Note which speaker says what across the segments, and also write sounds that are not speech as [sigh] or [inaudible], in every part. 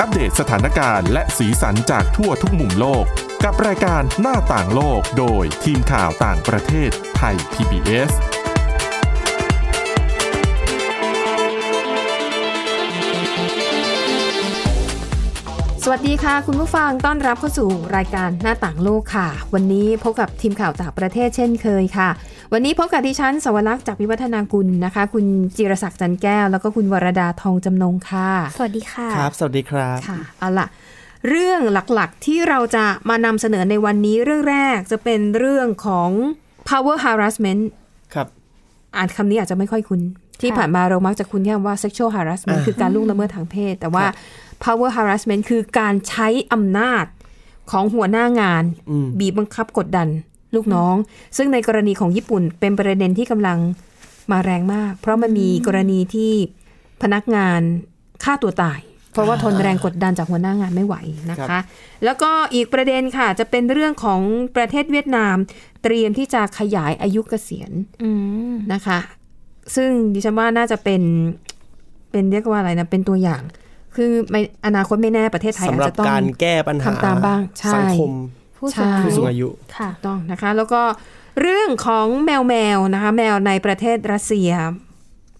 Speaker 1: ปเดตสถานการณ์และสีสันจากทั่วทุกมุมโลก กับรายการหน้าต่างโลกโดยทีมข่าวต่างประเทศไทย PBS
Speaker 2: สวัสดีค่ะ คุณผู้ฟังต้อนรับเข้าสู่รายการหน้าต่างโลกค่ะ วันนี้พบกับทีมข่าวต่างประเทศเช่นเคยค่ะ วันนี้พบกับดิฉันสวรักษ์จากวิวัฒนากุลนะคะ คุณจิรศักดิ์จันแก้ว แล้วก็คุณวรดาทองจำนงค่ะ
Speaker 3: สวัสดีค่ะ
Speaker 4: ครับ สวัสดีครับ
Speaker 2: ค่ะเอาล่ะ เรื่องหลักๆที่เราจะมานำเสนอในวันนี้เรื่องแรกจะเป็นเรื่องของ power harassment
Speaker 4: ครับ
Speaker 2: อ่านคำนี้อาจจะไม่ค่อยคุ้น ที่
Speaker 3: ค่ะ
Speaker 2: ผ่านมาเรามักจะคุ้นแค่ว่า sexual harassment
Speaker 4: อ่า
Speaker 2: คือการล่วงละเมิดทางเพศ แต่ว่า
Speaker 4: ครับ
Speaker 2: power harassment คือการใช้อำนาจของหัวหน้างาน
Speaker 4: อืม
Speaker 2: บีบบังคับกดดัน ลูกน้อง ซึ่งในกรณีของญี่ปุ่นเป็นประเด็นที่กำลังมาแรงมาก เพราะมันมีกรณีที่พนักงานฆ่าตัวตาย เพราะว่าทนแรงกดดันจากหัวหน้างานไม่ไหวนะ
Speaker 4: ครั
Speaker 2: คะ
Speaker 4: บ
Speaker 2: แล้วก็อีกประเด็นค่ะ จะเป็นเรื่องของประเทศเวียดนาม เตรียมที่จะขยายอายุเกษียณ
Speaker 3: อืม
Speaker 2: นะคะ ซึ่งดิฉันว่าน่าจะเป็นเป็นเรียกว่าอะไรนะ เป็นตัวอย่าง คือไม่อนาคตไม่แน่ประเทศไทย
Speaker 4: สำ
Speaker 2: อาจ
Speaker 4: หรับ
Speaker 2: จะต้อง
Speaker 4: การแก้ปัญหา
Speaker 2: ทำตามบ้างใช่
Speaker 4: สังคม
Speaker 3: ผู้สูงอา
Speaker 4: ผู้สู
Speaker 3: ยุ
Speaker 4: งอายุ
Speaker 3: ค่ะ
Speaker 2: ต้องนะคะ แล้วก็เรื่องของแมวแมวนะคะ แมวในประเทศรัสเซีย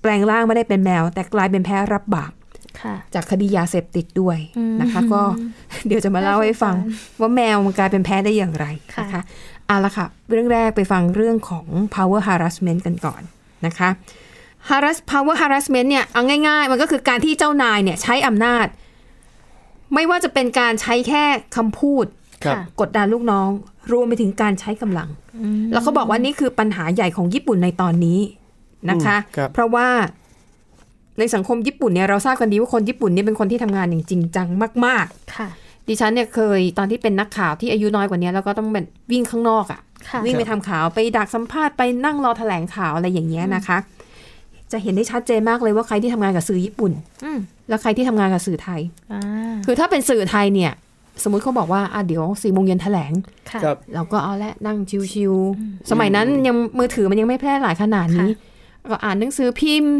Speaker 2: แปลงร่างไม่ได้เป็นแมว แต่กลายเป็นแพ้รับบาป
Speaker 3: ค่ะ
Speaker 2: จากคดียาเสพติดด้วยนะคะ
Speaker 3: อืม
Speaker 2: ก็เดี๋ยวจะมาเล่าให้ฟัง
Speaker 3: น่าส
Speaker 2: ว่าแมวมันกลายเป็นแพ้ได้อย่างไร
Speaker 3: ค่ะ
Speaker 2: นะคะเอาละค่ะ เรื่องแรกไปฟังเรื่องของ power harassment กันก่อนนะคะ harass power harassment เนี่ยเอาง่าย ๆ มันก็คือการที่เจ้านายเนี่ยใช้อำนาจ ไม่ว่าจะเป็นการใช้แค่คำพูด
Speaker 4: ครับ
Speaker 3: ค่ะ
Speaker 2: กดดันลูกน้อง รวมไปถึงการใช้กำลัง แล้วเขาบอกว่านี่คือปัญหาใหญ่ของญี่ปุ่นในตอนนี้นะคะ
Speaker 4: อืมครับ
Speaker 2: เพราะว่าในสังคมญี่ปุ่นเนี่ยเราทราบกันดีว่าคนญี่ปุ่นเนี่ยเป็นคนที่ทำงานอย่างจริงจังมาก
Speaker 3: ค่ะ
Speaker 2: ๆ ดิฉันเนี่ยเคยตอนที่เป็นนักข่าวที่อายุน้อยกว่านี้แล้วก็ต้องเป็นวิ่งข้างนอกอะ
Speaker 3: ค่ะ
Speaker 2: วิ่งไปทำข่าวไปดักสัมภาษณ์ไปนั่งรอแถลงข่าวอะไรอย่างเงี้ยนะคะ จะเห็นได้ชัดเจนมากเลยว่าใครที่ทำงานกับสื่อญี่ปุ่น
Speaker 3: อืม
Speaker 2: แล้วใครที่ทำงานกับสื่อไทย
Speaker 3: อ่า
Speaker 2: คือถ้าเป็นสื่อไทยเนี่ย สมมติเขาบอกว่าอ่ะเดี๋ยวสี่โมงเย็นแถลง
Speaker 3: ค่ะ
Speaker 4: ครับ
Speaker 2: เราก็เอาละนั่งชิวๆ สมัยนั้นยังมือถือมันยังไม่แพร่หลายขนาดนี้ ก็อ่านหนังสือพิมพ์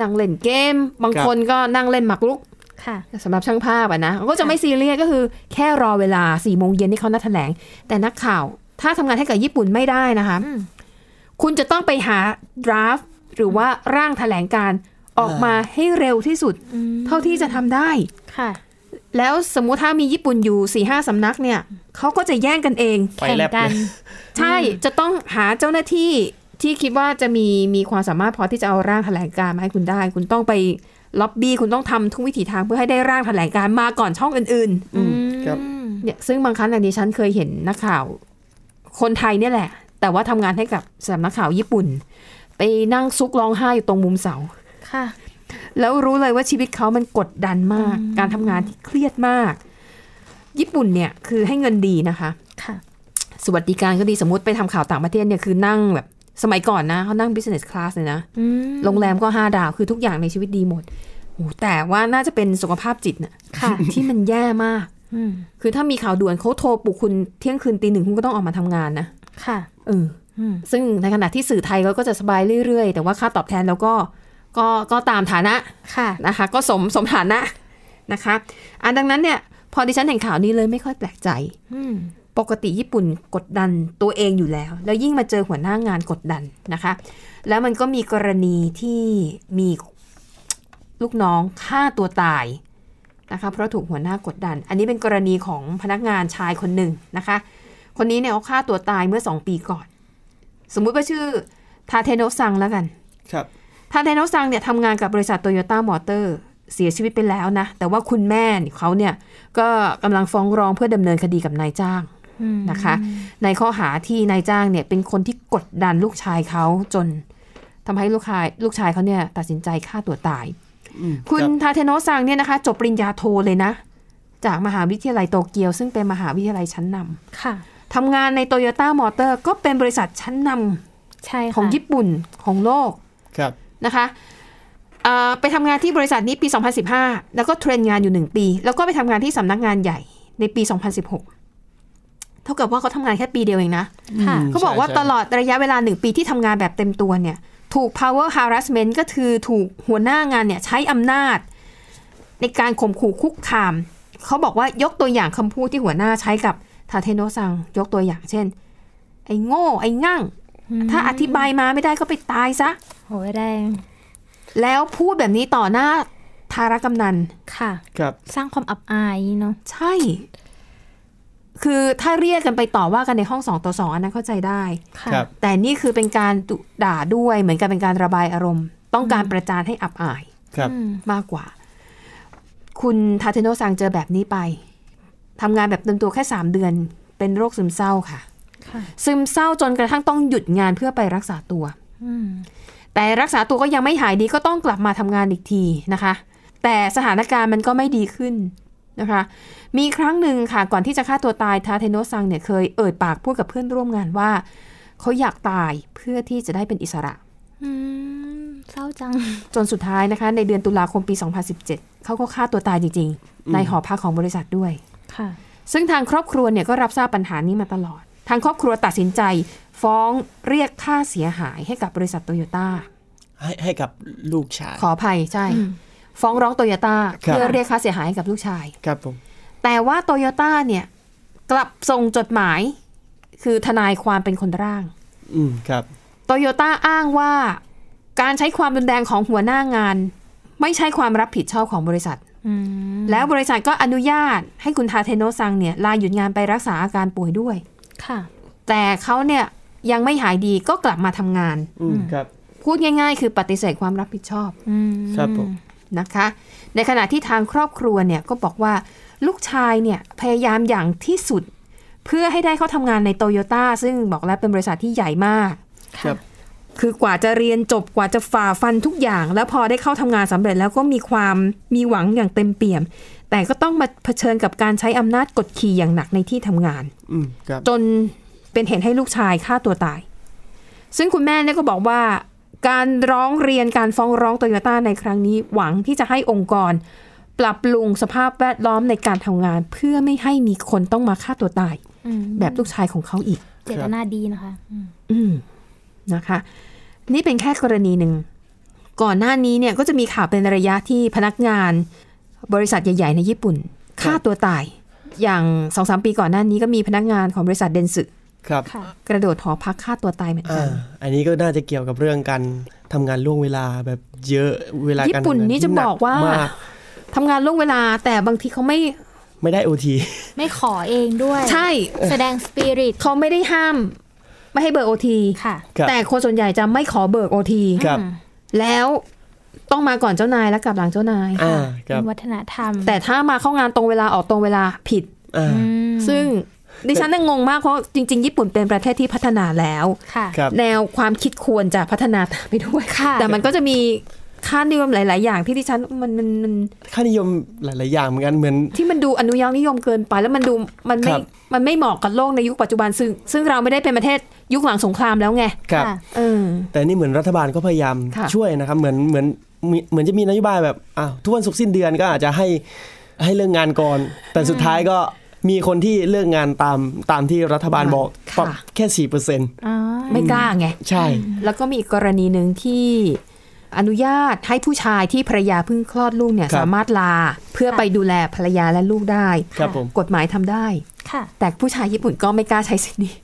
Speaker 2: นั่งเล่นเกม บาง
Speaker 4: ครับ
Speaker 2: คนก็นั่งเล่นหมากรุก
Speaker 3: ค่ะ
Speaker 2: สำหรับช่างภาพอะนะก็จะไม่ซีเรียสก็คือแค่รอเวลา4ี่โมงเย็นที่เขานัดแถลง แต่นักข่าว ถ้าทำงานให้กับญี่ปุ่นไม่ได้นะคะ
Speaker 3: อืม
Speaker 2: คุณจะต้องไปหา draft หรือว่าร่างแถลงการออกมาให้เร็วที่สุด
Speaker 3: อืม
Speaker 2: เท่าที่จะทำได้
Speaker 3: ค่ะ
Speaker 2: แล้วสมมุติถ้ามีญี่ปุ่นอยู่4ี่ห้าสำนักเนี่ยเขาก็จะแย่งกันเอง
Speaker 4: ไฟแลบ
Speaker 3: แข่งกัน
Speaker 4: เลย
Speaker 2: ใช่ จะต้องหาเจ้าหน้าที่ที่คิดว่าจะมีมีความสามารถพอที่จะเอาร่างแถลงการมาให้คุณได้ คุณต้องไปล็อบบี้คุณต้องทำทุกวิถีทางเพื่อให้ได้ร่างแถลงการมาก่อนช่องอื่น
Speaker 4: อืมครับ
Speaker 3: อืม
Speaker 2: ๆเนี่ยซึ่งบางครั้งอันนี้ฉันเคยเห็นนักข่าว คนไทยเนี่ยแหละ แต่ว่าทำงานให้กับสำนักข่าวญี่ปุ่น ไปนั่งซุกร้องไห้อยู่ตรงมุมเสา
Speaker 3: ค่ะ
Speaker 2: แล้วรู้เลยว่าชีวิตเขามันกดดันมาก การทำงานที่เครียดมาก ญี่ปุ่นเนี่ยคือให้เงินดีนะคะ
Speaker 3: ค่ะ
Speaker 2: สวัสดิการก็ดีสมมติไปทำข่าวต่างประเทศเนี่ยคือนั่งแบบสมัยก่อนนะเขานั่ง business class เลยนะ
Speaker 3: อืม
Speaker 2: โรงแรมก็ 5 ดาวคือทุกอย่างในชีวิตดีหมดโอ้แต่ว่าน่าจะเป็นสุขภาพจิตน่ะ
Speaker 3: ค่ะ
Speaker 2: ที่มันแย่มาก
Speaker 3: อืม
Speaker 2: คือถ้ามีข่าวด่วนเขาโทรปลุกคุณเที่ยงคืนตีหนึ่งคุณก็ต้องออกมาทำงานนะ
Speaker 3: ค่ะ
Speaker 2: เออ
Speaker 3: อืม
Speaker 2: ซึ่งในขณะที่สื่อไทยเราก็จะสบายเรื่อยๆ แต่ว่าค่าตอบแทนเราก็ก็ก็ตามฐานะ
Speaker 3: ค่ะ
Speaker 2: นะคะก็สมสมฐานะนะคะอ่ะดังนั้นเนี่ยพอดิฉันเห็นข่าวนี้เลยไม่ค่อยแปลกใจ
Speaker 3: อืม
Speaker 2: ปกติญี่ปุ่นกดดันตัวเองอยู่แล้ว แล้วยิ่งมาเจอหัวหน้างานกดดันนะคะ แล้วมันก็มีกรณีที่มีลูกน้องฆ่าตัวตายนะคะ เพราะถูกหัวหน้ากดดัน อันนี้เป็นกรณีของพนักงานชายคนหนึ่งนะคะ คนนี้เนี่ยเขาฆ่าตัวตายเมื่อ 2 ปีก่อน สมมุติว่าชื่อทาเทโนะซังแล้วกัน
Speaker 4: ครับ
Speaker 2: ทาไดโนซังเนี่ยทำงานกับบริษัทโตโยต้ามอเตอร์เสียชีวิตไปแล้วนะ แต่ว่าคุณแม่เขาเนี่ยก็กำลังฟ้องร้องเพื่อดำเนินคดีกับนายจ้าง
Speaker 3: อืม
Speaker 2: นะคะ ในข้อหาที่นายจ้างเนี่ยเป็นคนที่กดดันลูกชายเขาจนทำให้ลูกชายลูกชายเขาเนี่ยตัดสินใจฆ่าตัวตาย
Speaker 4: อืม
Speaker 2: คุณ
Speaker 4: รับ
Speaker 2: ทาเทโนะซังเนี่ยนะคะจบปริญญาโทเลยนะ จากมหาวิทยาลัยโตเกียว ซึ่งเป็นมหาวิทยาลัยชั้นนำ
Speaker 3: ค่ะ
Speaker 2: ทำงานในโตโยต้ามอเตอร์ก็เป็นบริษัทชั้นน
Speaker 3: ใช่
Speaker 2: ำ
Speaker 3: ค่ะ
Speaker 2: ของญี่ปุ่นของโลก
Speaker 4: ครับ
Speaker 2: นะคะเอ่อไปทำงานที่บริษัทนี้ปี 2015 แล้วก็เทรนงานอยู่ 1 ปี แล้วก็ไปทำงานที่สำนักงานใหญ่ในปี 2016 เท่ากับว่าเขาทำงานแค่ปีเดียวเองนะ
Speaker 3: ค่ะ
Speaker 4: อืม
Speaker 2: เขาบอกว่า
Speaker 4: ใช่
Speaker 2: ตลอดระยะเวลา 1 ปีที่ทำงานแบบเต็มตัวเนี่ย ถูก power harassment ก็คือถูกหัวหน้างานเนี่ยใช้อำนาจ ในการข่มขู่คุกคาม เขาบอกว่ายกตัวอย่างคำพูดที่หัวหน้าใช้กับทาเทโนะซัง ยกตัวอย่างเช่น ไอ้โง่ ไอ้ง่าง ถ้าอธิบายมาไม่ได้ก็ไปตายซะ
Speaker 3: โหแรง
Speaker 2: แล้วพูดแบบนี้ต่อหน้าทารกำนัน
Speaker 3: ค่ะ
Speaker 4: ครับ
Speaker 3: สร้างความอับอายเนาะ
Speaker 2: ใช่ คือถ้าเรียกกันไปต่อว่ากันในห้องสองต่อสองอันนั้นเข้าใจได้
Speaker 3: ค่ะ
Speaker 4: ครับ
Speaker 2: แต่นี่คือเป็นการดุด่าด้วยเหมือนกับเป็นการระบายอารมณ์ ต้องการประจานให้อับอาย
Speaker 4: ครับ
Speaker 3: อืม
Speaker 2: มากกว่า คุณทาเทโนะซังเจอแบบนี้ไปทำงานแบบเต็มตัวแค่ 3 เดือน เป็นโรคซึมเศร้าค่ะ
Speaker 3: ค่ะ
Speaker 2: ซึมเศร้าจนกระทั่งต้องหยุดงานเพื่อไปรักษาตัว
Speaker 3: อืม
Speaker 2: แต่รักษาตัวก็ยังไม่หายดีก็ต้องกลับมาทำงานอีกทีนะคะ แต่สถานการณ์มันก็ไม่ดีขึ้นนะคะ มีครั้งหนึ่งค่ะก่อนที่จะฆ่าตัวตายทาเทโนะซังเนี่ยเคยเอ่ยปากพูดกับเพื่อนร่วมงานว่า เขาอยากตายเพื่อที่จะได้เป็นอิสระ
Speaker 3: อืมเศร้าจัง
Speaker 2: จนสุดท้ายนะคะ ในเดือนตุลาคมปี 2017 เขาก็ฆ่าตัวตายจริงๆ ในหอพักของบริษัทด้วย
Speaker 3: ค่ะ
Speaker 2: ซึ่งทางครอบครัวเนี่ยก็รับทราบปัญหานี้มาตลอด ทางครอบครัวตัดสินใจ ฟ้องเรียกค่าเสียหายให้กับบริษัทโตโยต้า
Speaker 4: ให้ให้กับลูกชาย
Speaker 2: ขออภัยใช่ ฟ้องร้องโตโยต้า
Speaker 4: ครับ
Speaker 2: เพื่อเรียกค่าเสียหายให้กับลูกชาย
Speaker 4: ครับผม
Speaker 2: แต่ว่าโตโยต้าเนี่ยกลับส่งจดหมาย คือทนายความเป็นคนร่าง
Speaker 4: อืมครับ
Speaker 2: โตโยต้าอ้างว่าการใช้ความรุนแรงของหัวหน้างาน ไม่ใช่ความรับผิดชอบของบริษัท
Speaker 3: อืม
Speaker 2: แล้วบริษัทก็อนุญาตให้คุณทาเทโนะซังเนี่ยลาหยุดงานไปรักษาอาการป่วยด้วย
Speaker 3: ค่ะ
Speaker 2: แต่เขาเนี่ยยังไม่หายดีก็กลับมาทำงาน
Speaker 4: อืมครับ
Speaker 2: พูดง่ายๆ คือปฏิเสธความรับผิดชอบ
Speaker 3: อืม
Speaker 4: ครับผม
Speaker 2: นะคะ ในขณะที่ทางครอบครัวเนี่ยก็บอกว่าลูกชายเนี่ยพยายามอย่างที่สุด เพื่อให้ได้เขาทำงานในโตโยต้าซึ่งบอกแล้วเป็นบริษัทที่ใหญ่มาก
Speaker 4: ครั
Speaker 3: ค่ะ
Speaker 4: บ
Speaker 2: คือกว่าจะเรียนจบกว่าจะฝ่าฟันทุกอย่าง แล้วพอได้เข้าทำงานสำเร็จแล้วก็มีความมีหวังอย่างเต็มเปี่ยม แต่ก็ต้องมาเผชิญกับการใช้อำนาจกดขี่อย่างหนักในที่ทำงาน
Speaker 4: อืมครับ
Speaker 2: จนเป็นเหตุให้ลูกชายฆ่าตัวตาย ซึ่งคุณแม่เนี่ยก็บอกว่า การร้องเรียนการฟ้องร้องโตโยต้าในครั้งนี้ หวังที่จะให้องค์กร ปรับปรุงสภาพแวดล้อมในการทำงาน เพื่อไม่ให้มีคนต้องมาฆ่าตัวตาย
Speaker 3: อืม
Speaker 2: แบบลูกชายของเขาอีก
Speaker 3: เจตนาดีนะคะอืม
Speaker 2: อืมนะคะ นี่เป็นแค่กรณีหนึ่ง ก่อนหน้านี้เนี่ยก็จะมีข่าวเป็นระยะที่พนักงาน บริษัทใหญ่ ๆ ในญี่ปุ่นฆ่าตัวตาย อย่างสองสามปีก่อนหน้านี้ก็มีพนักงานของบริษัทเดนสึ
Speaker 4: ครับ
Speaker 3: ค่ะ
Speaker 2: กระโดดหอพักฆ่าตัวตายเหมือนกั
Speaker 4: อ่าน อันนี้ก็น่าจะเกี่ยวกับเรื่องการทำงานล่วงเวลาแบบเยอะเวลาการ
Speaker 2: ญี่ปุ่น
Speaker 4: ทำงา
Speaker 2: นี่จะ
Speaker 4: ที่ห
Speaker 2: บอกว่า
Speaker 4: มก
Speaker 2: ทำงานล่วงเวลาแต่บางทีเขาไม่
Speaker 4: ไม่ได้โอที
Speaker 3: ไม่ขอเองด้วย
Speaker 2: ใช่
Speaker 3: แสดงสปิริต
Speaker 2: เขาไม่ได้ห้าม ไม่ให้เบิกโอที
Speaker 3: ค่ะ
Speaker 4: ครับ
Speaker 2: แต่คนส่วนใหญ่จะไม่ขอเบิกโอที
Speaker 4: ครับ
Speaker 2: แล้วต้องมาก่อนเจ้านายแล้วกลับหลังเจ้านาย
Speaker 4: อ่าค
Speaker 3: เป็
Speaker 4: รับ
Speaker 3: นวัฒนธรรม
Speaker 2: แต่ถ้ามาเข้างานตรงเวลาออกตรงเวลาผิด
Speaker 4: อ่า
Speaker 3: อืม
Speaker 2: ซึ่งดิฉันน่ะงงมากเพราะจริง ๆ ญี่ปุ่นเป็นประเทศที่พัฒนาแล้ว
Speaker 3: ค่ะ
Speaker 4: ครับ
Speaker 2: แนวความคิดควรจะพัฒนาตามไปด้วย
Speaker 3: ค่ะ
Speaker 2: แต่มันก็จะมีค่านิยมหลาย ๆ อย่างที่ดิฉันมันมันมัน
Speaker 4: ค่านิยมหลาย ๆ อย่างเหมือนกันเหมือน
Speaker 2: ที่มันดูอนุยักษ์นิยมเกินไปแล้วมันดูมันไม่
Speaker 4: ครับ
Speaker 2: มันไม่เหมาะกับโลกในยุคปัจจุบันซึ่ง ซึ่งเราไม่ได้เป็นประเทศยุคหลังสงครามแล้วไง
Speaker 4: ครับ
Speaker 3: ค่ะ
Speaker 2: เออ
Speaker 4: แต่นี่เหมือนรัฐบาลก็พยายาม
Speaker 2: ค่ะ
Speaker 4: ช่วยนะครับ เหมือนเหมือนมีเหมือนจะมีนโยบายแบบอ่ะทุกวันศุกร์สิ้นเดือนก็อาจจะให้ให้เลิกงานก่อน แต่สุดท้ายก็มีคนที่เลิกงานตามตามที่รัฐบาลบอก
Speaker 2: ค่ะ
Speaker 4: ปรับแค่สี่เปอร์เซ็นต์
Speaker 3: อ๋อ
Speaker 2: ไม่กล้าไง
Speaker 4: ใช่
Speaker 2: แล้วก็มีอีกกรณีหนึ่งที่อนุญาตให้ผู้ชายที่ภรรยาเพิ่งคลอดลูกเนี่ย
Speaker 4: ครับ
Speaker 2: สามารถลาเพื่อไปดูแลภรรยาและลูกได้
Speaker 4: ครับผม
Speaker 2: กฎหมายทำได้
Speaker 3: ค่ะ
Speaker 2: แต่ผู้ชายญี่ปุ่นก็ไม่กล้าใช้สิทธิ์นี้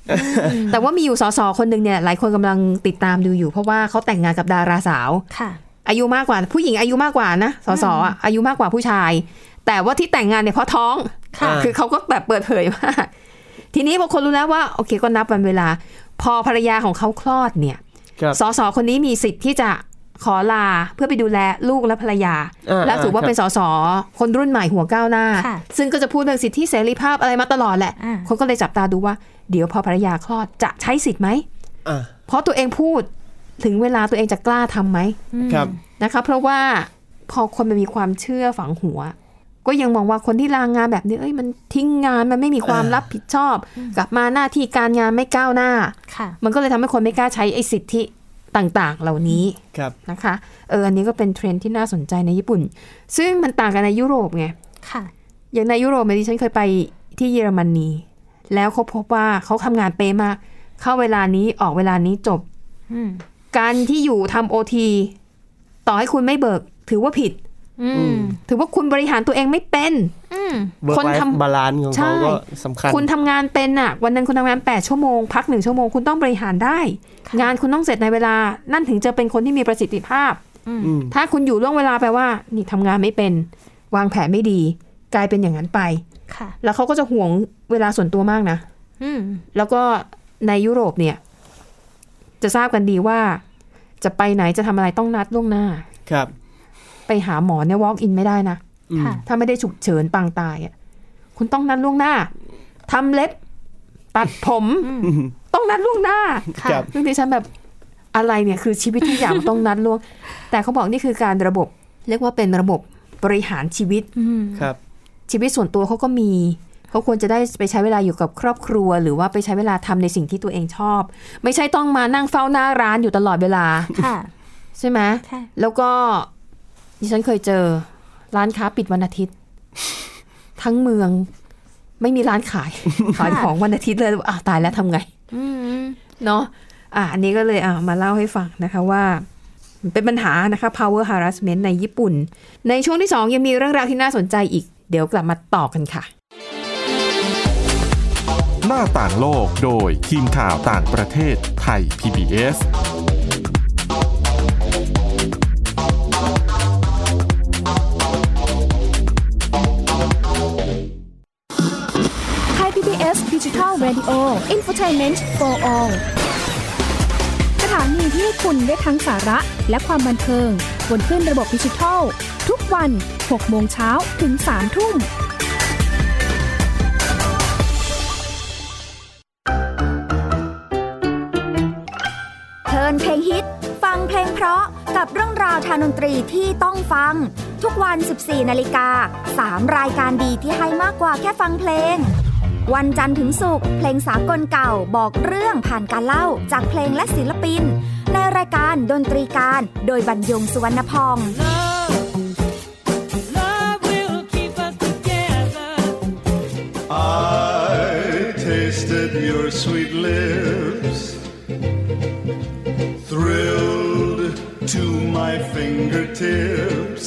Speaker 2: แต่ว่ามีอยู่สสคนหนึ่งเนี่ยหลายคนกำลังติดตามดูอยู่ เพราะว่าเขาแต่งงานกับดาราสาว
Speaker 3: ค่ะ
Speaker 2: อายุมากกว่าผู้หญิงอายุมากกว่านะสสอ่ะอายุมากกว่าผู้ชาย แต่ว่าที่แต่งงานเนี่ยเพราะท้อง
Speaker 4: ค่ะ
Speaker 2: อเขาก็แบบเปิดเผยว่า ทีนี้พอคนรู้แล้วว่าโอเคก็นับวันเวลา พอภรรยาของเขาคลอดเนี่ย
Speaker 4: ครับ
Speaker 2: สสคนนี้มีสิทธิ์ที่จะขอลาเพื่อไปดูแลลูกและภรรยา
Speaker 4: อ่า
Speaker 2: แล้วถือว่า
Speaker 4: ครับ
Speaker 2: เป็นสสคนรุ่นใหม่หัวก้าวหน้า
Speaker 3: ค่ะ
Speaker 2: ซึ่งก็จะพูดเรื่องสิทธิเสรีภาพอะไรมาตลอดแหละ
Speaker 3: อ่า
Speaker 2: คนก็เลยจับตาดูว่า เดี๋ยวพอภรรยาคลอดจะใช้สิทธิ์ไหม
Speaker 4: อ่า
Speaker 2: เพราะตัวเองพูดถึงเวลาตัวเองจะกล้าทำไหม
Speaker 3: อืม
Speaker 4: ครับ
Speaker 2: นะคะเพราะว่าพอคนมันมีความเชื่อฝังหัว ก็ยังมองว่าคนที่ลางงานแบบนี้เอ้ยมันทิ้งงานมันไม่มีความรับผิดชอบ กลับมาหน้าที่การงานไม่ก้าวหน้า
Speaker 3: ค่ะ
Speaker 2: มันก็เลยทำให้คนไม่กล้าใช้ไอ้สิทธิต่างๆ เหล่านี้
Speaker 4: ครับ
Speaker 2: นะคะเอออันนี้ก็เป็นเทรนด์ที่น่าสนใจในญี่ปุ่น ซึ่งมันต่างกันในยุโรปไง
Speaker 3: ค่ะ
Speaker 2: อย่างในยุโรปเนี่ยดิฉันเคยไปที่เยอรมนีแล้วเขาพบว่าเขาทำงานเป๊ะมาก เข้าเวลานี้ออกเวลานี้จบ
Speaker 3: อืม
Speaker 2: การที่อยู่ทำโอทีต่อให้คุณไม่เบิก ถือว่าผิด
Speaker 3: อืม
Speaker 2: ถือว่าคุณบริหารตัวเองไม่เป็น
Speaker 3: อืม ม
Speaker 4: เวิร์
Speaker 2: คน
Speaker 4: กไล
Speaker 2: ทำ
Speaker 4: ฟ์บาลานซ์ของ
Speaker 2: ใช่
Speaker 4: เขาก็สำคัญ
Speaker 2: คุณทำงานเป็นอ่ะ วันนั้นคุณทำงาน 8 ชั่วโมง พักหนึ่งชั่วโมงคุณต้องบริหารได้
Speaker 3: ค่ะ
Speaker 2: งานคุณต้องเสร็จในเวลา นั่นถึงจะเป็นคนที่มีประสิทธิภาพ
Speaker 4: อืม
Speaker 2: ถ้าคุณอยู่ล่วงเวลาแปลว่า นี่ทำงานไม่เป็น วางแผนไม่ดี กลายเป็นอย่างนั้นไป
Speaker 3: ค่ะ
Speaker 2: แล้วเขาก็จะห่วงเวลาส่วนตัวมากนะ
Speaker 3: อืม
Speaker 2: แล้วก็ในยุโรปเนี่ย จะทราบกันดีว่า จะไปไหนจะทำอะไรต้องนัดล่วงหน้า
Speaker 4: ครับ
Speaker 2: ไปหาหมอเนี่ย walk in ไม่ได้นะ
Speaker 4: อืม
Speaker 3: ค่ะ
Speaker 2: ถ้าไม่ได้ฉุกเฉินปางตายอ่ะคุณต้องนัดล่วงหน้าทำเล็บ ตัดผม
Speaker 4: อืม
Speaker 2: ต้องนัดล่วงหน้า
Speaker 4: ครับ
Speaker 2: ซึ่งดิฉันแบบอะไรเนี่ยคือชีวิตทุกอย่างมันต้องนัดล่วง แต่เขาบอกนี่คือการระบบ เรียกว่าเป็นระบบบริหารชีวิต
Speaker 3: อืม
Speaker 4: ครับ
Speaker 2: ชีวิตส่วนตัวเขาก็มี เขาควรจะได้ไปใช้เวลาอยู่กับครอบครัว หรือว่าไปใช้เวลาทำในสิ่งที่ตัวเองชอบ ไม่ใช่ต้องมานั่งเฝ้าหน้าร้านอยู่ตลอดเวลา
Speaker 3: ค่ะ
Speaker 2: ใช่ไหม
Speaker 3: ใช่
Speaker 2: แล้วก็ดิฉันเคยเจอ ร้านค้าปิดวันอาทิตย์ [laughs] ทั้งเมืองไม่มีร้านข [laughs] าย ขายของวันอาทิตย์เลยอ่ะตายแล้วทำไง
Speaker 3: อืม
Speaker 2: เนาะ อ่ะ อันนี้ก็เลยอ่ะมาเล่าให้ฟังนะคะว่ามันเป็นปัญหานะคะ power harassment ในญี่ปุ่น ในช่วงที่ 2 ยังมีเรื่องราวที่น่าสนใจอีก เดี๋ยวกลับมาต่อกันค่ะ
Speaker 1: หน้าต่างโลกโดยทีมข่าวต่างประเทศไทย PBS
Speaker 5: ไทย PBS Digital Radio Infotainment for All สถานีที่ให้คุณได้ทั้งสาระและความบันเทิง บนขึ้นระบบดิจิทัล ทุกวัน 6 โมงเช้าถึง 3 ทุ่ม
Speaker 6: เพลินเพลงฮิต ฟังเพลงเพราะกับเรื่องราวทางดนตรีที่ต้องฟัง ทุกวัน 14 นาฬิกา 3 รายการดีที่ให้มากกว่าแค่ฟังเพลง วันจันทร์ถึงศุกร์เพลงสากลเก่าบอกเรื่องผ่านการเล่าจากเพลงและศิลปิน ในรายการดนตรีการโดยบรรยงสุวรรณพอง
Speaker 7: Love will keep us together.
Speaker 8: I tasted your sweet lips, thrilled to my fingertips.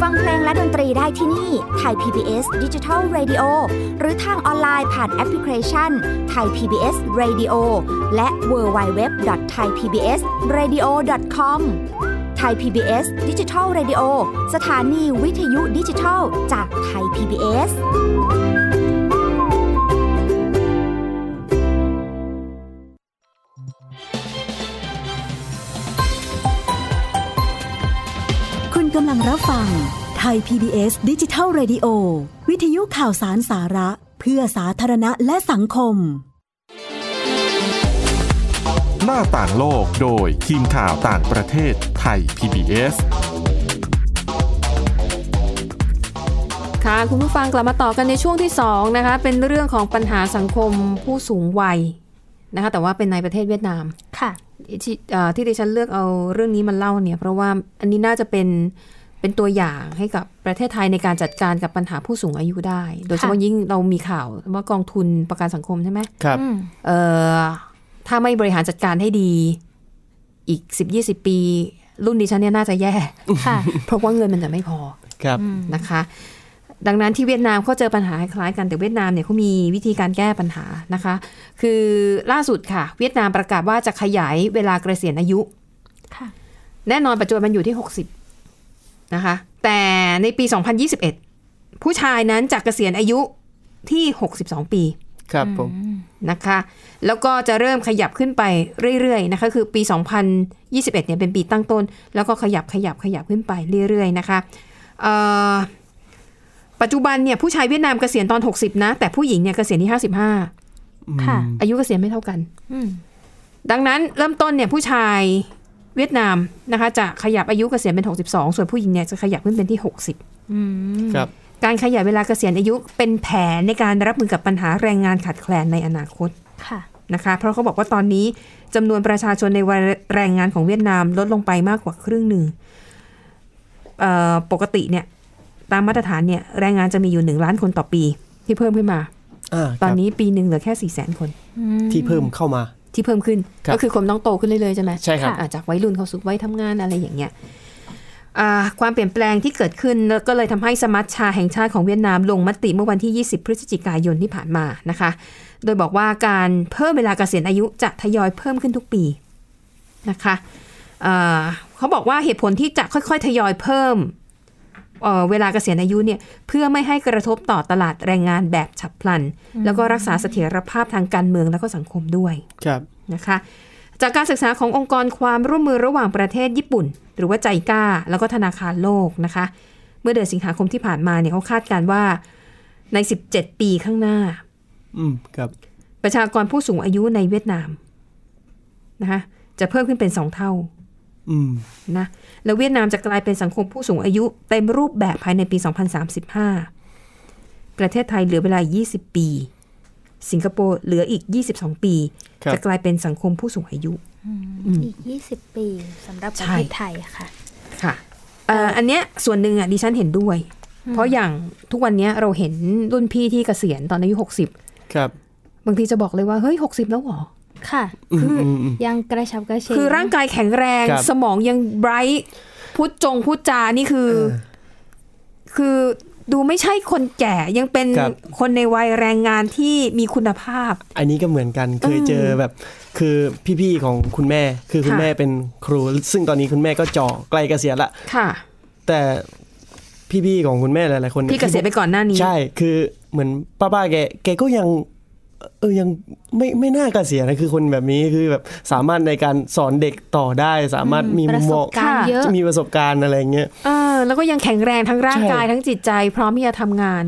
Speaker 6: ฟังเพลงและดนตรีได้ที่นี่ ไทย PBS Digital Radio หรือทางออนไลน์ผ่านแอปพลิเคชัน ไทย PBS Radio และ w w w t h a i PBS Radio com ไทย PBS Digital Radio สถานีวิทยุดิจิทัลจากไทย PBS
Speaker 9: คุณกำลังรับฟังไทย PBS ดิจิทัล Radio วิทยุข่าวสารสาระ เพื่อสาธารณะและสังคม
Speaker 1: หน้าต่างโลกโดยทีมข่าวต่างประเทศไทย PBS
Speaker 2: ค่ะคุณผู้ฟังกลับมาต่อกันในช่วงที่ 2 นะคะ เป็นเรื่องของปัญหาสังคมผู้สูงวัยนะคะแต่ว่าเป็นในประเทศเวียดนาม
Speaker 3: ค่ะ
Speaker 2: ที่เอ่อที่ดิฉันเลือกเอาเรื่องนี้มาเล่าเนี่ย เพราะว่าอันนี้น่าจะเป็นเป็นตัวอย่างให้กับประเทศไทยในการจัดการกับปัญหาผู้สูงอายุได้ โดยเฉพาะยิ่งเรามีข่าวว่ากองทุนประกันสังคมใช่ไหม
Speaker 4: ครับ
Speaker 3: อืม
Speaker 2: เอ่อถ้าไม่บริหารจัดการให้ดีอีก 10-20 ปี รุ่นดิฉันเนี่ยน่าจะแย่ [laughs]
Speaker 3: ค่ะ
Speaker 2: เพราะว่าเงินมันจะไม่พอ
Speaker 4: ครับ
Speaker 2: นะคะ ดังนั้นที่เวียดนามเขาเจอปัญหาคล้ายกันแต่เวียดนามเนี่ยเขามีวิธีการแก้ปัญหานะคะ คือล่าสุดค่ะ เวียดนามประกาศว่าจะขยายเวลาเกษียณอายุ
Speaker 3: ค่ะ
Speaker 2: แน่นอนปัจจุบันมันอยู่ที่ 60 นะคะ แต่ในปี 2021 ผู้ชายนั้นจะเกษียณอายุที่ 62 ปี
Speaker 4: ครับผม
Speaker 2: นะคะ แล้วก็จะเริ่มขยับขึ้นไปเรื่อยๆนะคะ คือปี 2021เนี่ยเป็นปีตั้งต้น แล้วก็ขยับขยับขยับขึ้นไปเรื่อยๆนะคะเอ่อปัจจุบันเนี่ยผู้ชายเวียดนามเกษียณตอน 60 นะ แต่ผู้หญิงเนี่ยเกษียณที่ 55
Speaker 3: ค่ะ
Speaker 2: อายุเกษียณไม่เท่ากัน
Speaker 3: อืม
Speaker 2: ดังนั้นเริ่มต้นเนี่ยผู้ชายเวียดนามนะคะจะขยับอายุเกษียณเป็น 62 ส่วนผู้หญิงเนี่ยจะขยับขึ้นเป็นที่ 60
Speaker 3: อืม
Speaker 4: ครับ
Speaker 2: การขยายเวลาเกษียณอายุเป็นแผนในการรับมือกับปัญหาแรงงานขาดแคลนในอนาคต
Speaker 3: ค่ะ
Speaker 2: นะคะ เพราะเขาบอกว่าตอนนี้จำนวนประชาชนในวัยแรงงานของเวียดนามลดลงไปมากกว่าครึ่งหนึ่งเอ่อปกติเนี่ยตามมาตรฐานเนี่ยแรงงานจะมีอยู่หนึ่งล้านคนต่อปีที่เพิ่มขึ้นมา
Speaker 4: อ่า
Speaker 2: ตอน
Speaker 4: ครับ
Speaker 2: นี้ปีหนึ่งเหลือแค่สี่แสนคน
Speaker 4: ที่เพิ่มเข้ามา
Speaker 2: ที่เพิ่มขึ้น
Speaker 4: ครับ
Speaker 2: ก็คือคนต้องโตขึ้นเรื่อยๆใช่ไหม
Speaker 4: ใช่ครับ
Speaker 2: อ่ะจากวัยรุ่นเข้าสู่วัยทำงานอะไรอย่างเงี้ยอ่าความเปลี่ยนแปลงที่เกิดขึ้นก็เลยทำให้สมัชชาแห่งชาติของเวียดนามลงมติเมื่อวันที่ 20 พฤศจิกายนที่ผ่านมานะคะ โดยบอกว่าการเพิ่มเวลาเกษียณอายุจะทยอยเพิ่มขึ้นทุกปีนะคะอ่าเขาบอกว่าเหตุผลที่จะค่อยๆ ทยอยเพิ่มเอ่อเวลาเกษียณอายุเนี่ยเพื่อไม่ให้กระทบต่อตลาดแรงงานแบบฉับพลัน แล้วก็รักษาเสถียรภาพทางการเมืองแล้วก็สังคมด้วย
Speaker 4: ครับ
Speaker 2: นะคะจากการศึกษาขององค์กรความร่วมมือระหว่างประเทศญี่ปุ่น หรือว่าใจก้า แล้วก็ธนาคารโลกนะคะ เมื่อเดือนสิงหาคมที่ผ่านมาเนี่ยเขาคาดการณ์ว่าใน 17 ปีข้างหน้า
Speaker 4: อืมครับ
Speaker 2: ประชากรผู้สูงอายุในเวียดนามนะคะจะเพิ่มขึ้นเป็น 2 เท่า
Speaker 4: อืม
Speaker 2: นะแล้วเวียดนามจะกลายเป็นสังคมผู้สูงอายุเต็มรูปแบบภายในปี 2035 ประเทศไทยเหลือเวลา 20 ปี สิงคโปร์เหลืออีก 22 ปี
Speaker 4: ครับ
Speaker 2: จะกลายเป็นสังคมผู้สูงอายุ
Speaker 3: อีก 20 ปีสำหรับประ
Speaker 2: ใช่
Speaker 3: เทศไทยค่ะ
Speaker 2: ค่ะเอ่ออันเนี้ยส่วนหนึ่งอ่ะดิฉันเห็นด้วย เพราะอย่างทุกวันเนี้ยเราเห็นรุ่นพี่ที่เกษียณตอนอายุ 60
Speaker 4: ครับ
Speaker 2: บางทีจะบอกเลยว่าเฮ้ย 60 แล้วเหรอ
Speaker 3: ค่ะ
Speaker 4: อืมอืมอืม
Speaker 3: ยังกระชับกระเฉง
Speaker 2: คือร่างกายแข็งแรง
Speaker 4: ครับ
Speaker 2: สมองยังไบรท์พูดจงพูดจา นี่คือ คือดูไม่ใช่คนแก่ยังเป็นคนในวัยแรงงานที่มีคุณภาพ
Speaker 4: อันนี้ก็เหมือนกันเคยเจอแบบ คือพี่ๆของคุณแม่ คือคุณ
Speaker 2: ค่ะ
Speaker 4: แม่เป็นครู ซึ่งตอนนี้คุณแม่ก็จ่อใกล้เกษียณละ
Speaker 2: ค่ะ แต่
Speaker 4: แต่พี่ๆของคุณแม่หลายๆคนนี่ย
Speaker 2: ที่เกษียณไปก่อนหน้านี้
Speaker 4: ใช่คือเหมือนป้าๆแกแกก็ยัง เออยังไม่ไม่น่าเกษียณนะคือคนแบบนี้คือแบบสามารถในการสอนเด็กต่อได้ สามารถมี
Speaker 3: ป
Speaker 4: มุ
Speaker 3: ระ
Speaker 4: ม
Speaker 3: ส
Speaker 4: มอบ ง
Speaker 3: การณ์
Speaker 2: ค่ะ
Speaker 3: เยอะ
Speaker 4: จะมีประสบการณ์อะไรเงี้ย
Speaker 2: เออแล้วก็ยังแข็งแรงทั้งร่างกาย
Speaker 4: ใช่
Speaker 2: ทั้งจิตใจ พร้อมที่จะทำงาน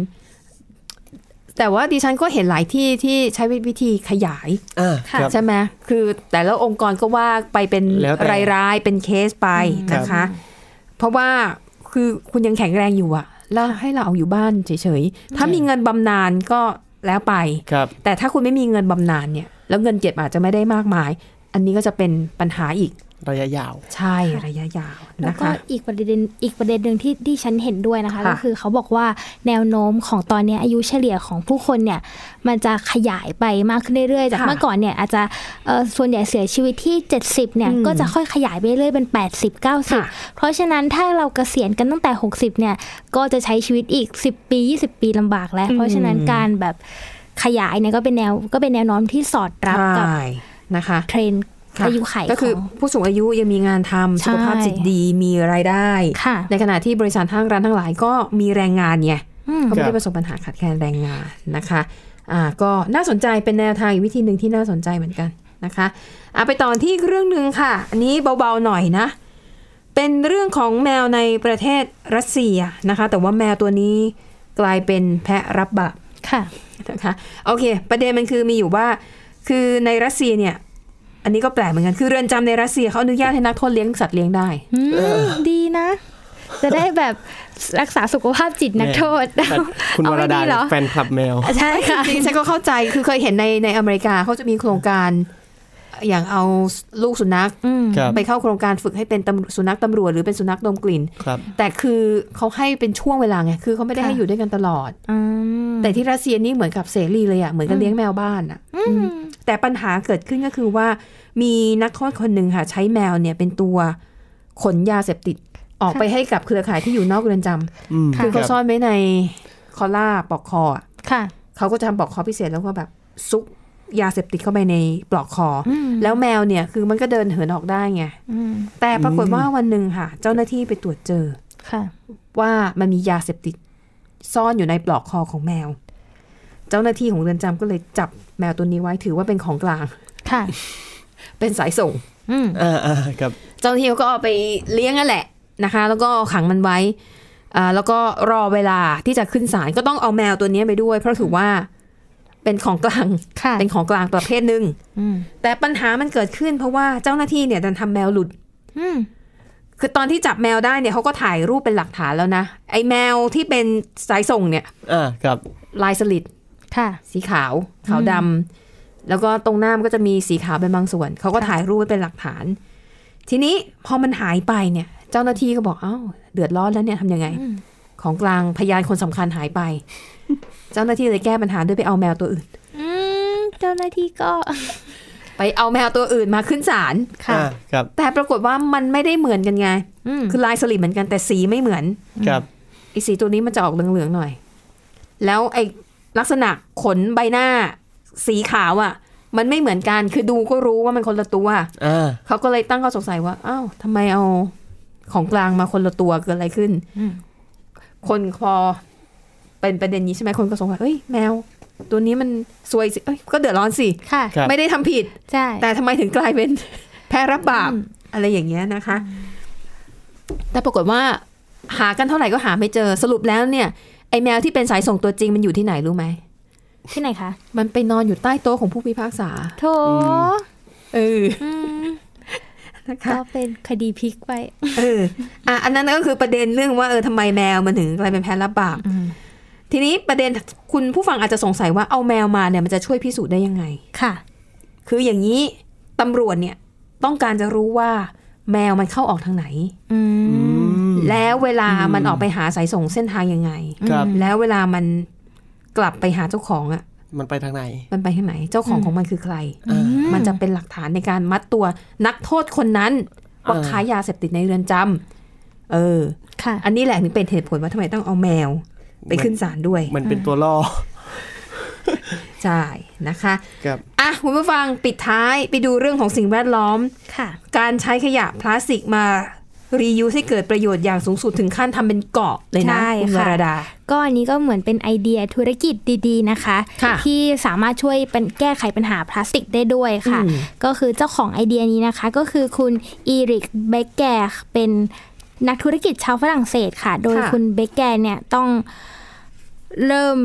Speaker 2: แต่ว่าดิฉันก็เห็นหลายที่ที่ใช้วิธีขยาย
Speaker 4: อ่า
Speaker 3: ค่ะ
Speaker 4: ครับ
Speaker 2: ใช่ไหมคือแต่และองค์กรก็ว่าไปเป็น
Speaker 4: แล้วแต่
Speaker 2: รายร้ายเป็นเคสไป
Speaker 4: ครับ
Speaker 2: นะคะ เพราะว่าคือคุณยังแข็งแรงอยู่อะแล้วให้เราเอาอยู่บ้านเฉยๆ ถ้ามีเงินบำนาญก็แล้วไป
Speaker 4: ครับ
Speaker 2: แต่ถ้าคุณไม่มีเงินบำนาญเนี่ย แล้วเงินเก็บอาจจะไม่ได้มากมาย อันนี้ก็จะเป็นปัญหาอีก
Speaker 4: ระยะยาว
Speaker 2: ใช่ระยะยาว
Speaker 3: แล้ว
Speaker 2: นะ
Speaker 3: ก็
Speaker 2: คะ
Speaker 3: อีกประเด็นอีกประเด็นหนึ่งที่ที่ฉันเห็นด้วยนะคะ
Speaker 2: ค่ะ
Speaker 3: ก็คือเขาบอกว่าแนวโน้มของตอนเนี้ยอายุเฉลี่ยของผู้คนเนี่ยมันจะขยายไปมากขึ้นเรื่อยๆ จากเมื่อก่อนเนี่ยอาจจะเอ่อส่วนใหญ่เสียชีวิตที่ 70เนี่ยก็จะค่อยขยายไปเรื่อยเป็น 80 90 เพราะฉะนั้นถ้าเราเกษียณกันตั้งแต่ 60เนี่ยก็จะใช้ชีวิตอีก 10 ปี 20 ปีลำบากแล้ว เพราะฉะนั้นการแบบขยายเนี่ยก็เป็นแนวก็เป็นแนวโน้มที่สอดรับกับ
Speaker 2: ใช่นะคะ
Speaker 3: เทรนด์
Speaker 2: ค่ะ
Speaker 3: อายุไข
Speaker 2: ก็คือ
Speaker 3: ของ
Speaker 2: ผู้สูงอายุยังมีงานทำ
Speaker 3: ใช่
Speaker 2: สุขภาพจิตดีมีรายได้
Speaker 3: ค่ะ
Speaker 2: ในขณะที่บริษัทห้างร้านทั้งหลายก็มีแรงงานไง
Speaker 3: อืม
Speaker 2: เขาไม่
Speaker 4: ครั
Speaker 2: ได้
Speaker 4: บ
Speaker 2: ประสบปัญหาขาดแคลนแรงงานนะคะอ่าก็น่าสนใจเป็นแนวทางอีกวิธีหนึ่งที่น่าสนใจเหมือนกันนะคะอ่ะไปต่อที่เรื่องหนึ่งค่ะ อันนี้เบาๆหน่อยนะ เป็นเรื่องของแมวในประเทศรัสเซียนะคะ แต่ว่าแมวตัวนี้กลายเป็นแพะรับบาป
Speaker 3: ค่ะ
Speaker 2: นะคะโอเค ประเด็นมันคือมีอยู่ว่า คือในรัสเซียเนี่ย อันนี้ก็แปลกเหมือนกัน คือเรือนจำในรัสเซียเขาอนุญาตให้นักโทษเลี้ยงสัตว์เลี้ยงได้
Speaker 3: อืมดีนะ จะได้แบบรักษาสุขภาพจิตนักโทษ
Speaker 4: แต่คุณ
Speaker 3: เอา
Speaker 4: วร
Speaker 3: ไม่
Speaker 4: ดา
Speaker 3: ดีเหรอ
Speaker 4: แฟนคลับแมว
Speaker 3: ใช่ค่ะ
Speaker 2: จริงๆฉันก็เข้าใจ คือเคยเห็นในในอเมริกาเขาจะมีโครงการ อย่างเอาลูกสุนัข
Speaker 3: อืม
Speaker 4: ครับ
Speaker 2: ไปเข้าโครงการฝึกให้เป็นตำสุนัขตำรวจหรือเป็นสุนัขดมกลิ่น
Speaker 4: ครับ
Speaker 2: แต่คือเขาให้เป็นช่วงเวลาไง คือเขาไม่ได้
Speaker 3: ค่ะ
Speaker 2: ให้อยู่ด้วยกันตลอด
Speaker 3: อืม
Speaker 2: แต่ที่รัสเซียนี่เหมือนกับเสรีเลยอะเหมือนกับเลี้ยงแมวบ้านอะแต่ปัญหาเกิดขึ้นก็คือว่า มีนักโทษคนหนึ่งค่ะ ใช้แมวเนี่ยเป็นตัวขนยาเสพติด ออกไปให้กับเครือข่ายที่อยู่นอกเรือนจำ
Speaker 4: อืม
Speaker 2: คือเขา
Speaker 4: รับ
Speaker 2: ซ่อนไว้ในคอล่าปลอกคออะ
Speaker 3: ค่ะ
Speaker 2: เขาก็จะทำปลอกคอพิเศษแล้วก็แบบซุกยาเสพติดเข้าไปในปลอกคออแล้วแมวเนี่ยคือมันก็เดินเหินออกได้ไง
Speaker 3: อืม
Speaker 2: แต่ปรากฏว่าวันหนึ่งค่ะ เจ้าหน้าที่ไปตรวจเจอ
Speaker 3: ค่ะ
Speaker 2: ว่ามันมียาเสพติด ซ่อนอยู่ในปลอกคอของแมว เจ้าหน้าที่ของเรือนจำก็เลยจับแมวตัวนี้ไว้ถือว่าเป็นของกลาง
Speaker 3: ค่ะ
Speaker 2: เป็นสายส่ง
Speaker 3: อืม
Speaker 4: อ่าอ่าครับ
Speaker 2: เจ้าหน้าที่ก็เอาไปเลี้ยงนั่นแหละนะคะ แล้วก็ขังมันไว้อ่าแล้วก็รอเวลาที่จะขึ้นศาลก็ต้องเอาแมวตัวนี้ไปด้วย เพราะถือว่าเป็นของกลาง
Speaker 3: ค่ะ
Speaker 2: เป็นของกลางประเภทหนึ่ง
Speaker 3: อืม
Speaker 2: แต่ปัญหามันเกิดขึ้นเพราะว่าเจ้าหน้าที่เนี่ยดันทำแมวหลุด
Speaker 3: อืม
Speaker 2: คือตอนที่จับแมวได้เนี่ยเขาก็ถ่ายรูปเป็นหลักฐานแล้วนะ ไอ้แมวที่เป็นสายส่งเนี่ย
Speaker 4: อ่าครับ
Speaker 2: ลายสลิด
Speaker 3: ค่ะ
Speaker 2: สีขาว ขาวดำแล้วก็ตรงหน้ามันก็จะมีสีขาวเป็นบางส่วน เขาก็ถ่ายรูปไว้เป็นหลักฐาน ทีนี้พอมันหายไปเนี่ย เจ้าหน้าที่ก็บอกเอ้าเดือดร้อนแล้วเนี่ยทำยังไง ของกลางพยานคนสำคัญหาย
Speaker 3: [laughs]
Speaker 2: ไป เจ้าหน้าที่เลยแก้ปัญหาด้วยไปเอาแมวตัวอื่น
Speaker 3: อืม เจ้าหน้าที่ก็
Speaker 2: ไปเอาแมวตัวอื่นมาขึ้นศาล
Speaker 3: ค่ะ
Speaker 4: อ่าครับ
Speaker 2: แต่ปรากฏว่ามันไม่ได้เหมือนกันไง
Speaker 3: อืม
Speaker 2: คือลายสลิดเหมือนกันแต่สีไม่เหมือน
Speaker 4: ครับ
Speaker 2: ไอ้สีตัวนี้มันจะออกเหลืองๆหน่อย แล้วไอ้ลักษณะขนใบหน้า สีขาวอะ่ะ มันไม่เหมือนกัน คือดูก็รู้ว่ามันคนละตัว
Speaker 4: อ่า
Speaker 2: เขาก็เลยตั้งข้อสงสัยว่า อ้าวทำไมเอาของกลางมาคนละตัวเกิดอะไรขึ้น
Speaker 3: อืม
Speaker 2: คนพอเป็นประเด็นนี้ใช่ไหมคนก็สงสัยเอ้ยแมว ตัวนี้มันซวยสิเอ้ยก็เดือดร้อนสิ
Speaker 3: ค่ะ
Speaker 4: ครับ
Speaker 2: ไม่ได้ทำผิด
Speaker 3: ใช่
Speaker 2: แต่ทำไมถึงกลายเป็น [laughs] แพ้รับบาป
Speaker 3: อืม
Speaker 2: อะไรอย่างเงี้ยนะคะ แต่ปรากฏว่า หากันเท่าไหร่ก็หาไม่เจอสรุปแล้วเนี่ย ไอแมวที่เป็นสายส่งตัวจริงมันอยู่ที่ไหนรู้ไหม
Speaker 3: ที่ไหนคะ
Speaker 2: มันไปนอนอยู่ใต้โต๊ะของผู้พิพากษา
Speaker 3: โถ
Speaker 2: เออ
Speaker 3: อืม
Speaker 2: นะคะ
Speaker 3: ก็เป็นคดีพลิกไป
Speaker 2: เอออ่ะอันนั้นก็คือประเด็นเรื่องว่าเออทำไมแมวมันถึงกลายเป็นแพ้รับบาป
Speaker 3: อืม
Speaker 2: ทีนี้ประเด็นคุณผู้ฟังอาจจะสงสัยว่าเอาแมวมาเนี่ยมันจะช่วยพิสูจน์ได้ยังไง
Speaker 3: ค่ะ
Speaker 2: คืออย่างนี้ตำรวจเนี่ยต้องการจะรู้ว่าแมวมันเข้าออกทางไหน
Speaker 3: อืม
Speaker 2: แล้วเวลามันออกไปหาสายส่งเส้นทางยังไง
Speaker 4: ครับ
Speaker 2: แล้วเวลามันกลับไปหาเจ้าของอะ
Speaker 4: มันไปทางไหน
Speaker 2: มันไปที่ไหน เจ้าของ
Speaker 3: อืม
Speaker 2: ของมันคือใคร
Speaker 4: อืม
Speaker 2: มันจะเป็นหลักฐานในการมัดตัวนักโทษคนนั้นว่า
Speaker 4: อ่า
Speaker 2: ค้ายาเสพติดในเรือนจำเออ
Speaker 3: ค่ะ
Speaker 2: อันนี้แหละถึงเป็นเหตุผลว่าทำไมต้องเอาแมว ไปขึ้นศาลด้วย
Speaker 4: มันเป็นตัวล่อ
Speaker 2: ใช่นะคะ
Speaker 4: ครับ
Speaker 2: อ่ะคุณผู้ฟังปิดท้ายไปดูเรื่องของสิ่งแวดล้อม
Speaker 3: ค่ะ
Speaker 2: การใช้ขยะพลาสติกมารียูให้เกิดประโยชน์อย่างสูงสุดถึงขั้นทำเป็นเกาะเลยนะ
Speaker 3: ใช่
Speaker 2: คุณว
Speaker 3: ค่ะ
Speaker 2: รดา
Speaker 3: ก็อันนี้ก็เหมือนเป็นไอเดียธุรกิจดีๆนะคะ
Speaker 2: ค่ะ
Speaker 3: ที่สามารถช่วยเป็นแก้ไขปัญหาพลาสติกได้ด้วยค่ะ ก็คือเจ้าของไอเดียนี้นะคะ ก็คือคุณอีริกเบกแกร์เป็นนักธุรกิจชาวฝรั่งเศสค่ะ โดย
Speaker 2: ค่ะ
Speaker 3: คุณเบกแกร์เนี่ยต้องเริ่ม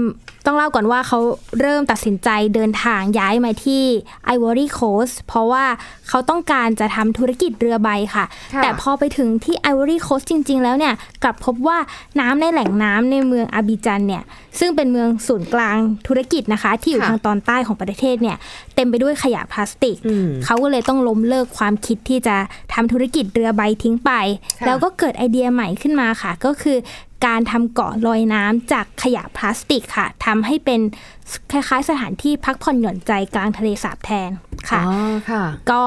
Speaker 3: ต้องเล่าก่อนว่าเขาเริ่มตัดสินใจเดินทางย้ายมาที่ไอวอรี่โคสเพราะว่าเขาต้องการจะทำธุรกิจเรือใบค่ะ แต่พอไปถึงที่ไอวอรี่โคสจริง ๆ แล้วเนี่ย กลับพบว่าน้ำในแหล่งน้ำในเมืองอาบิจันเนี่ย ซึ่งเป็นเมืองศูนย์กลางธุรกิจนะคะ ที่อยู่
Speaker 2: ค่ะ
Speaker 3: ทางตอนใต้ของประเทศเนี่ย เต็มไปด้วยขยะพลาสติก
Speaker 2: อืม
Speaker 3: เขาก็เลยต้องล้มเลิกความคิดที่จะทำธุรกิจเรือใบทิ้งไป
Speaker 2: ค่ะ
Speaker 3: แล้วก็เกิดไอเดียใหม่ขึ้นมาค่ะ ก็คือการทำเกาะลอยน้ำจากขยะพลาสติกค่ะทำให้เป็นคล้ายๆ สถานที่พักผ่อนหย่อนใจกลางทะเลสาบแทนค่ะ
Speaker 2: อ๋อค่ะ
Speaker 3: ก็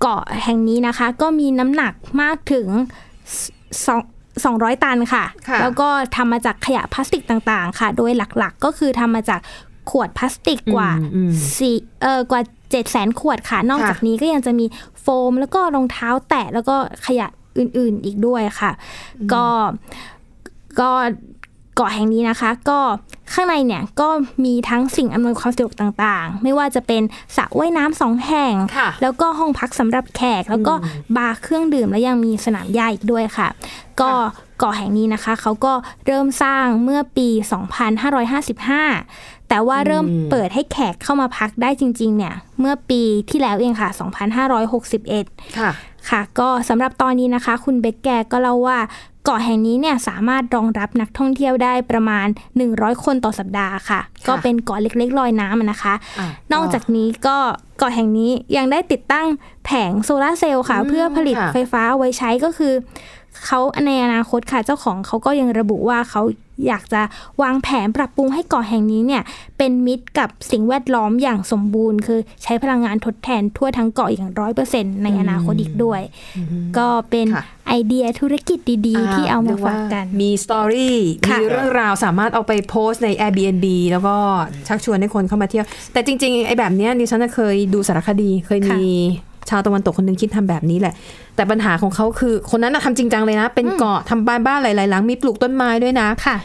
Speaker 3: เกาะแห่งนี้นะคะ ก็มีน้ำหนักมากถึงสอง200 ตันค่ะ
Speaker 2: ค่ะ
Speaker 3: แล้วก็ทำมาจากขยะพลาสติกต่างๆ ค่ะ โดยหลักๆก็คือทำมาจากขวดพลาสติกกว่าสี่เออกว่า7 0 0 0 0ขวดค่ะ นอกจากนี้ก็ยังจะมีโฟม แล้วก็รองเท้าแตะแล้วก็ขยะอื่นๆอีกด้วยค่ะ ก็ก็เกาะแห่งนี้นะคะ ก็ข้างในเนี่ยก็มีทั้งสิ่งอำนวยความสะดวกต่างๆ ไม่ว่าจะเป็นสระว่ายน้ำสองแห่ง
Speaker 2: ค่ะ
Speaker 3: แล้วก็ห้องพักสำหรับแขก แล้วก็บาร์เครื่องดื่มและยังมีสนามหญ้าอีกด้วยค่ะ ก็เกาะแห่งนี้นะคะ เขาก็เริ่มสร้างเมื่อปี 2555 แต่ว่าเริ่มเปิดให้แขกเข้ามาพักได้จริง ๆ เนี่ย เมื่อปีที่แล้วเองค่ะ 2561
Speaker 2: ค่ะ
Speaker 3: ค่ะก็สำหรับตอนนี้นะคะ คุณเบกแกก็เล่าว่าเกาะแห่งนี้เนี่ยสามารถรองรับนักท่องเที่ยวได้ประมาณ 100 คนต่อสัปดาห์ค่ะ ก็เป็นเกาะเล็กๆลอยน้ำอะนะคะ
Speaker 2: อ่ะ
Speaker 3: นอกจากนี้ก็เกาะแห่งนี้ยังได้ติดตั้งแผงโซลาร์เซลล์ค่ะ
Speaker 2: อืม
Speaker 3: เพื่อผลิต
Speaker 2: ค่ะ
Speaker 3: ไฟฟ้าเอาไว้ใช้ก็คือ เขาในอนาคตค่ะเจ้าของเขาก็ยังระบุว่าเขาอยากจะวางแผนปรับปรุงให้เกาะแห่งนี้เนี่ยเป็นมิตรกับสิ่งแวดล้อมอย่างสมบูรณ์ คือใช้พลังงานทดแทนทั่วทั้งเกาะอย่างร้อยเปอร์เซ็นในอนาคตอีกด้วย ก็เป็น
Speaker 2: ค่ะ
Speaker 3: ไอเดียธุรกิจดีๆ ที่เอามาฝากกัน
Speaker 2: มีสตอรี่
Speaker 3: ค่ะ
Speaker 2: มีเรื่องราวสามารถเอาไปโพสต์ใน Airbnb แล้วก็ชักชวนให้คนเข้ามาเที่ยว แต่จริงๆไอ้แบบเนี้ยดิฉันน่ะเคยดูสารคดี เคยมีชาวตะวันตกคนหนึงคิดทำแบบนี้แหละ แต่ปัญหาของเขาคือคนนั้นน่ะทำจริงจังเลยนะ เป็นเกาะทำบ้านบ้านหลายๆหลังมีปลูกต้นไม้ด้วยนะ
Speaker 3: ค่ะ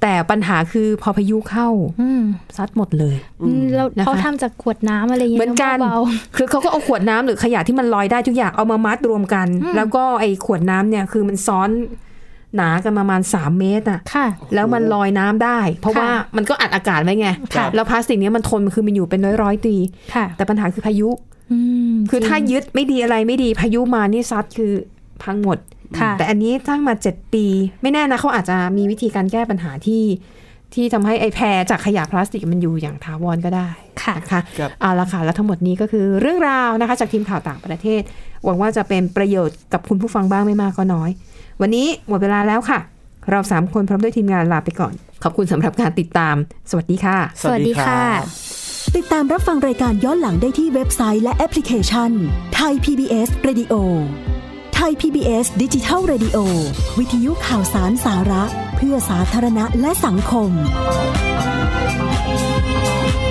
Speaker 2: แต่ แต่ปัญหาคือพอพายุเข้า
Speaker 3: อืม
Speaker 2: ซัดหมดเลย
Speaker 3: อืมแล้ว
Speaker 2: นะคะ
Speaker 3: เขาทำจากขวดน้ำอะไรอย่าง
Speaker 2: เห
Speaker 3: เงี้ย
Speaker 2: มือนกัน
Speaker 3: เบา
Speaker 2: คือเขาก็เอาขวดน้ำหรือขยะที่มันลอยได้ทุกอย่างเอามามัดรวมกัน
Speaker 3: อืม
Speaker 2: แล้วก็ไอ้ขวดน้ำเนี่ยคือมันซ้อนหนากันประมาณ 3 เมตรอ่ะ
Speaker 3: ๆค่ะ
Speaker 2: แล้วมันลอยน้ำได้ เพราะ
Speaker 3: ค่ะ
Speaker 2: ว่ามันก็อัดอากาศไว้ไง
Speaker 3: ค่ะ
Speaker 2: แล้วพลาสติกเนี้ยมันทนคือมันอยู่เป็นร้อยร้อยๆปี
Speaker 3: ค่ะ
Speaker 2: แต่ปัญหาคือพายุ
Speaker 3: อืม
Speaker 2: คือถ้า
Speaker 3: จริง
Speaker 2: ยึดไม่ดีอะไรไม่ดีพายุมานี่ซัดคือพังหมด
Speaker 3: ค่ะ
Speaker 2: แต่อันนี้ตั้งมา 7 ปี ไม่แน่นะเขาอาจจะมีวิธีการแก้ปัญหาที่ ที่ทำให้ไอแพรจากขยะพลาสติกมันอยู่อย่างถาวรก็ได้
Speaker 3: ค่ะ
Speaker 2: นะคะ
Speaker 4: ครับ
Speaker 2: เอาละค่ะ แล้วทั้งหมดนี้ก็คือเรื่องราวนะคะ จากทีมข่าวต่างประเทศ หวังว่าจะเป็นประโยชน์กับคุณผู้ฟังบ้างไม่มากก็น้อย วันนี้หมดเวลาแล้วค่ะ เราสามคนพร้อมด้วยทีมงานลาไปก่อน ขอบคุณสำหรับการติดตาม สวัสดีค่ะ
Speaker 3: สวัสดีค่ะ
Speaker 9: ติดตามรับฟังรายการย้อนหลังได้ที่เว็บไซต์และแอปพลิเคชันไทย PBS Radio ไทย PBS ดิจิทัล Radio วิทยุข่าวสารสาระ เพื่อสาธารณะและสังคม